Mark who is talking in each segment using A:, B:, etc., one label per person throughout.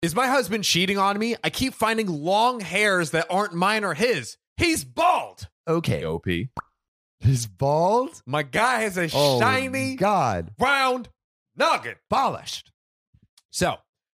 A: Is my husband cheating on me? I keep finding long hairs that aren't mine or his. He's bald.
B: Okay.
A: OP.
B: He's bald.
A: My guy has a
B: Oh,
A: shiny
B: God.
A: round noggin.
B: Polished.
A: So,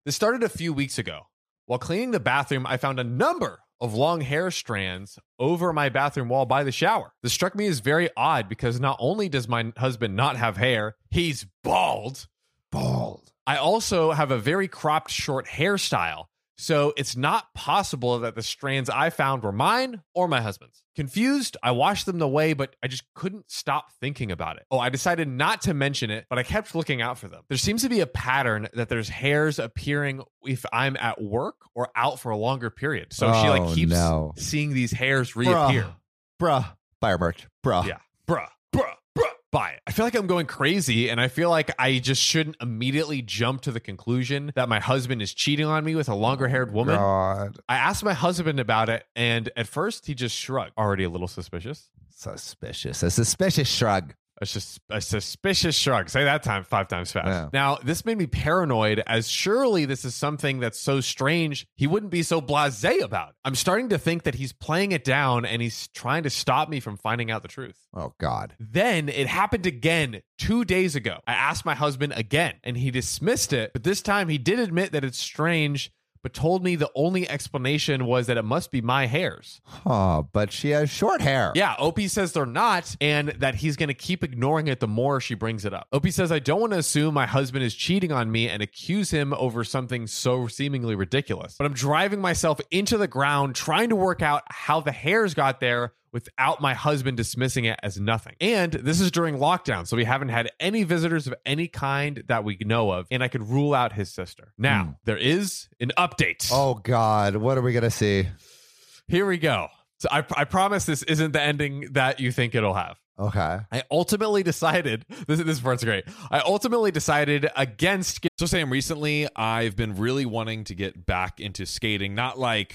A: this started a few weeks ago. While cleaning the bathroom, I found a number of long hair strands over my bathroom wall by the shower. This struck me as very odd because not only does my husband not have hair, he's bald.
B: Bald.
A: I also have a very cropped short hairstyle, so it's not possible that the strands I found were mine or my husband's. Confused, I washed them away, but I just couldn't stop thinking about it. Oh, I decided not to mention it, but I kept looking out for them. There seems to be a pattern that there's hairs appearing if I'm at work or out for a longer period. So she
B: Oh,
A: like keeps
B: no.
A: seeing these hairs
B: Bruh.
A: reappear.
B: Bruh. Fireworked. Bruh.
A: Yeah. Bruh, bruh, bruh. Buy it. I feel like I'm going crazy, and I feel like I just shouldn't immediately jump to the conclusion that my husband is cheating on me with a longer haired woman.
B: Oh, God.
A: I asked my husband about it, and at first he just shrugged. Already a little suspicious.
B: Suspicious. A suspicious shrug.
A: A, sus- a suspicious shrug. Say that time five times fast.
B: Yeah.
A: Now, this made me paranoid as surely this is something that's so strange, he wouldn't be so blase about it. I'm starting to think that he's playing it down and he's trying to stop me from finding out the truth.
B: Oh, God.
A: Then it happened again two days ago. I asked my husband again, and he dismissed it. But this time he did admit that it's strange, but told me the only explanation was that it must be my hairs.
B: Huh. But she has short hair.
A: Yeah, Opie says they're not, and that he's going to keep ignoring it the more she brings it up. Opie says, I don't want to assume my husband is cheating on me and accuse him over something so seemingly ridiculous. But I'm driving myself into the ground trying to work out how the hairs got there without my husband dismissing it as nothing. And this is during lockdown, so we haven't had any visitors of any kind that we know of, and I could rule out his sister. Now, there is an update.
B: Oh, God. What are we going to see?
A: Here we go. So I, I promise this isn't the ending that you think it'll have.
B: Okay.
A: I ultimately decided this this part's great. I ultimately decided against
C: So Sam, recently I've been really wanting to get back into skating, not like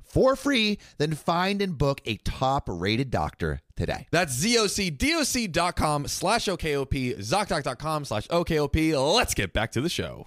B: for free. Then find and book a top rated doctor today.
C: That's zocdoc.com slash OKOP, ZocDoc.com slash OKOP. Let's get back to the show.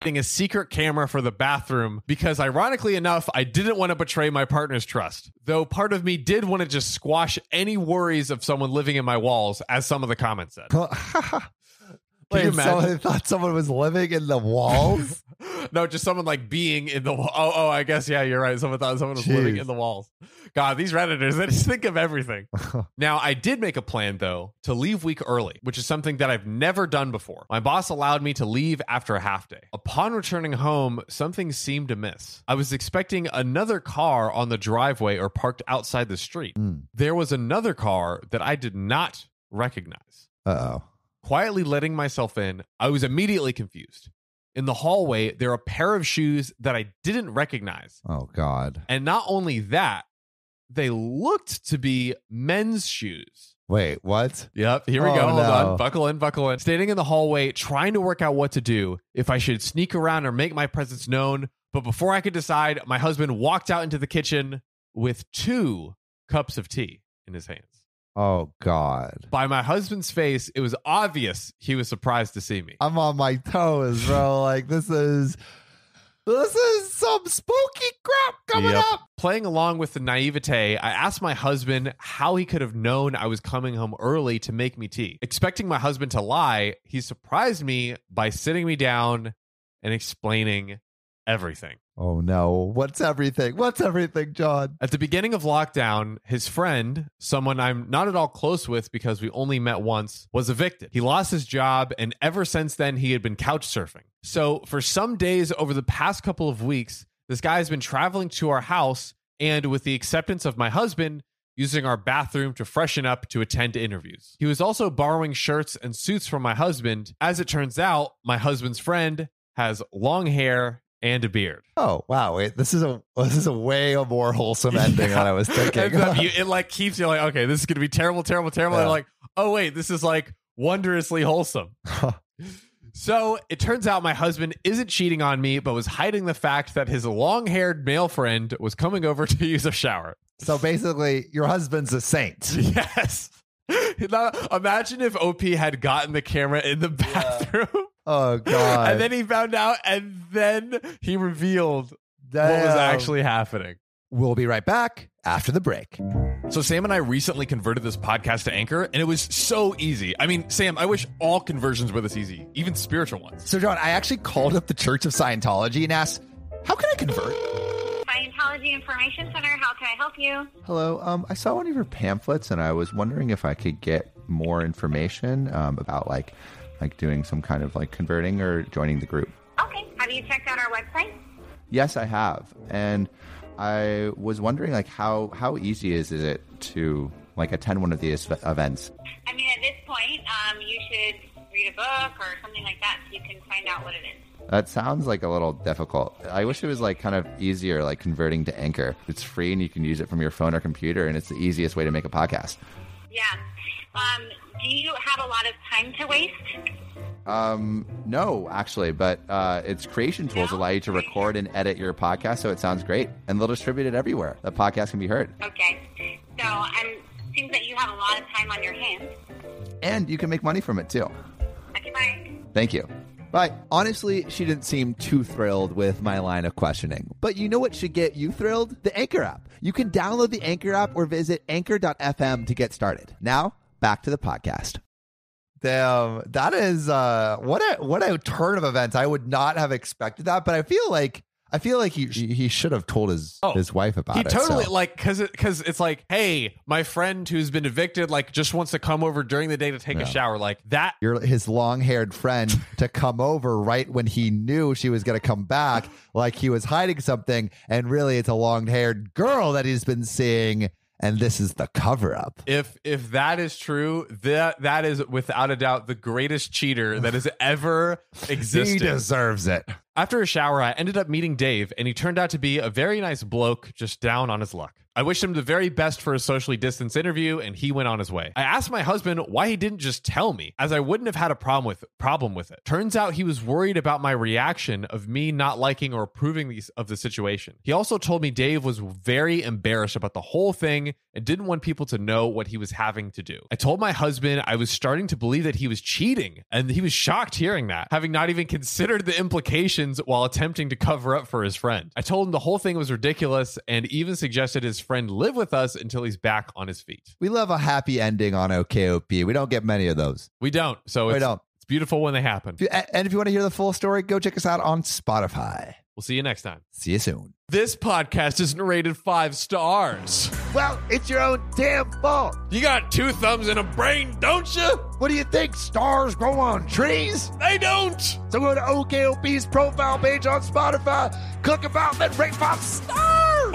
A: getting a secret camera for the bathroom because, ironically enough, I didn't want to betray my partner's trust. Though part of me did want to just squash any worries of someone living in my walls, as some of the comments said. Can you imagine?
B: thought someone was living in the walls.
A: No, just someone like being in the wall. Oh, oh, I guess yeah, you're right. Someone thought someone was living
B: Jeez.
A: in the walls. God, these redditors, they just think of everything. now, I did make a plan though to leave week early, which is something that I've never done before. My boss allowed me to leave after a half day. Upon returning home, something seemed amiss. I was expecting another car on the driveway or parked outside the street. There was another car that I did not recognize.
B: uh oh.
A: Quietly letting myself in, I was immediately confused. In the hallway, there are a pair of shoes that I didn't recognize.
B: Oh God.
A: And not only that, they looked to be men's shoes.
B: Wait, what?
A: Yep, here we
B: Oh,
A: go. Hold
B: no.
A: on. Buckle in, buckle in. Standing in the hallway, trying to work out what to do, if I should sneak around or make my presence known. But before I could decide, my husband walked out into the kitchen with two cups of tea in his hands.
B: Oh God.
A: By my husband's face, it was obvious he was surprised to see me.
B: I'm on my toes, bro. like this is this is some spooky crap coming
A: Yep.
B: up.
A: Playing along with the naivete, I asked my husband how he could have known I was coming home early to make me tea. Expecting my husband to lie, he surprised me by sitting me down and explaining everything.
B: Oh no. What's everything? What's everything, John?
A: At the beginning of lockdown, his friend, someone I'm not at all close with because we only met once, was evicted. He lost his job, and ever since then, he had been couch surfing. So, for some days over the past couple of weeks, this guy has been traveling to our house and, with the acceptance of my husband, using our bathroom to freshen up to attend interviews. He was also borrowing shirts and suits from my husband. As it turns out, my husband's friend has long hair and a beard.
B: Oh wow. Wait, this is a this is a way more wholesome ending than I was thinking.
A: Ends up, you- it like keeps you like, okay, this is gonna be terrible, terrible, terrible.
B: Yeah.
A: And like, oh wait, this is like wondrously wholesome. so it turns out my husband isn't cheating on me, but was hiding the fact that his long-haired male friend was coming over to use a shower.
B: so basically, your husband's a saint.
A: Yes. Now, imagine if OP had gotten the camera in the bathroom
B: Oh God.
A: and then he found out and then he revealed what was
B: Damn.
A: actually happening.
B: We'll be right back after the break.
C: So Sam and I recently converted this podcast to Anchor, and it was so easy. I mean, Sam, I wish all conversions were this easy, even spiritual ones.
B: So, John, I actually called up the Church of Scientology and asked, "How can I convert?"
D: Scientology Information Center. How can I help you?
B: Hello. Um, I saw one of your pamphlets, and I was wondering if I could get more information um, about like like doing some kind of like converting or joining the group.
D: Okay. Have you checked out our website?
B: Yes, I have, and I was wondering like how how easy is is it to like attend one of these events?
D: I mean, at this point, um, you should read a book or something like that so you can find out what it is.
B: That sounds like a little difficult. I wish it was like kind of easier, like converting to Anchor. It's free and you can use it from your phone or computer, and it's the easiest way to make a podcast.
D: Yeah. Um, do you have a lot of time to waste?
B: Um, no, actually, but uh, its creation tools allow you to record and edit your podcast, so it sounds great, and they'll distribute it everywhere. The podcast can be heard,
D: Okay. So I'm seems that you have a lot of time on your hands.
B: and you can make money from it too.
D: Okay, bye.
B: Thank you. Bye. Honestly, she didn't seem too thrilled with my line of questioning. But you know what should get you thrilled? The Anchor app. You can download the Anchor app or visit anchor.fm to get started. Now, back to the podcast. Damn, that is uh what a what a turn of events. I would not have expected that, but I feel like I feel like he he should have told his
A: Oh, his
B: wife about
A: he totally like because because it's like hey my friend who's been evicted like just wants to come over during the day to take
B: Yeah.
A: a shower like that
B: your his long-haired friend to come over right when he knew she was going to come back like he was hiding something and really it's a long-haired girl that he's been seeing and this is the cover-up
A: if if that is true that that is without a doubt the greatest cheater that has ever
B: he
A: existed
B: deserves it
A: after a shower i ended up meeting dave and he turned out to be a very nice bloke just down on his luck i wished him the very best for a socially distanced interview and he went on his way i asked my husband why he didn't just tell me as i wouldn't have had a problem with problem with it turns out he was worried about my reaction of me not liking or approving these of the situation he also told me dave was very embarrassed about the whole thing and didn't want people to know what he was having to do i told my husband i was starting to believe that he was cheating and he was shocked hearing that having not even considered the implications while attempting to cover up for his friend i told him the whole thing was ridiculous and even suggested his friend live with us until he's back on his feet
B: we love a happy ending on okop we don't get many of those
A: we don't so
B: we
A: it's,
B: don't
A: it's beautiful when they happen
B: If you- a- and if you want to hear the full story go check us out on spotify
A: we'll see you next time
B: see you soon
A: this podcast isn't rated five stars
B: well it's your own damn fault
A: You got two thumbs and a brain, don't you?
B: what do you think stars grow on trees
A: They don't.
B: So go to OKOP's profile page on Spotify, click about, then rate five stars.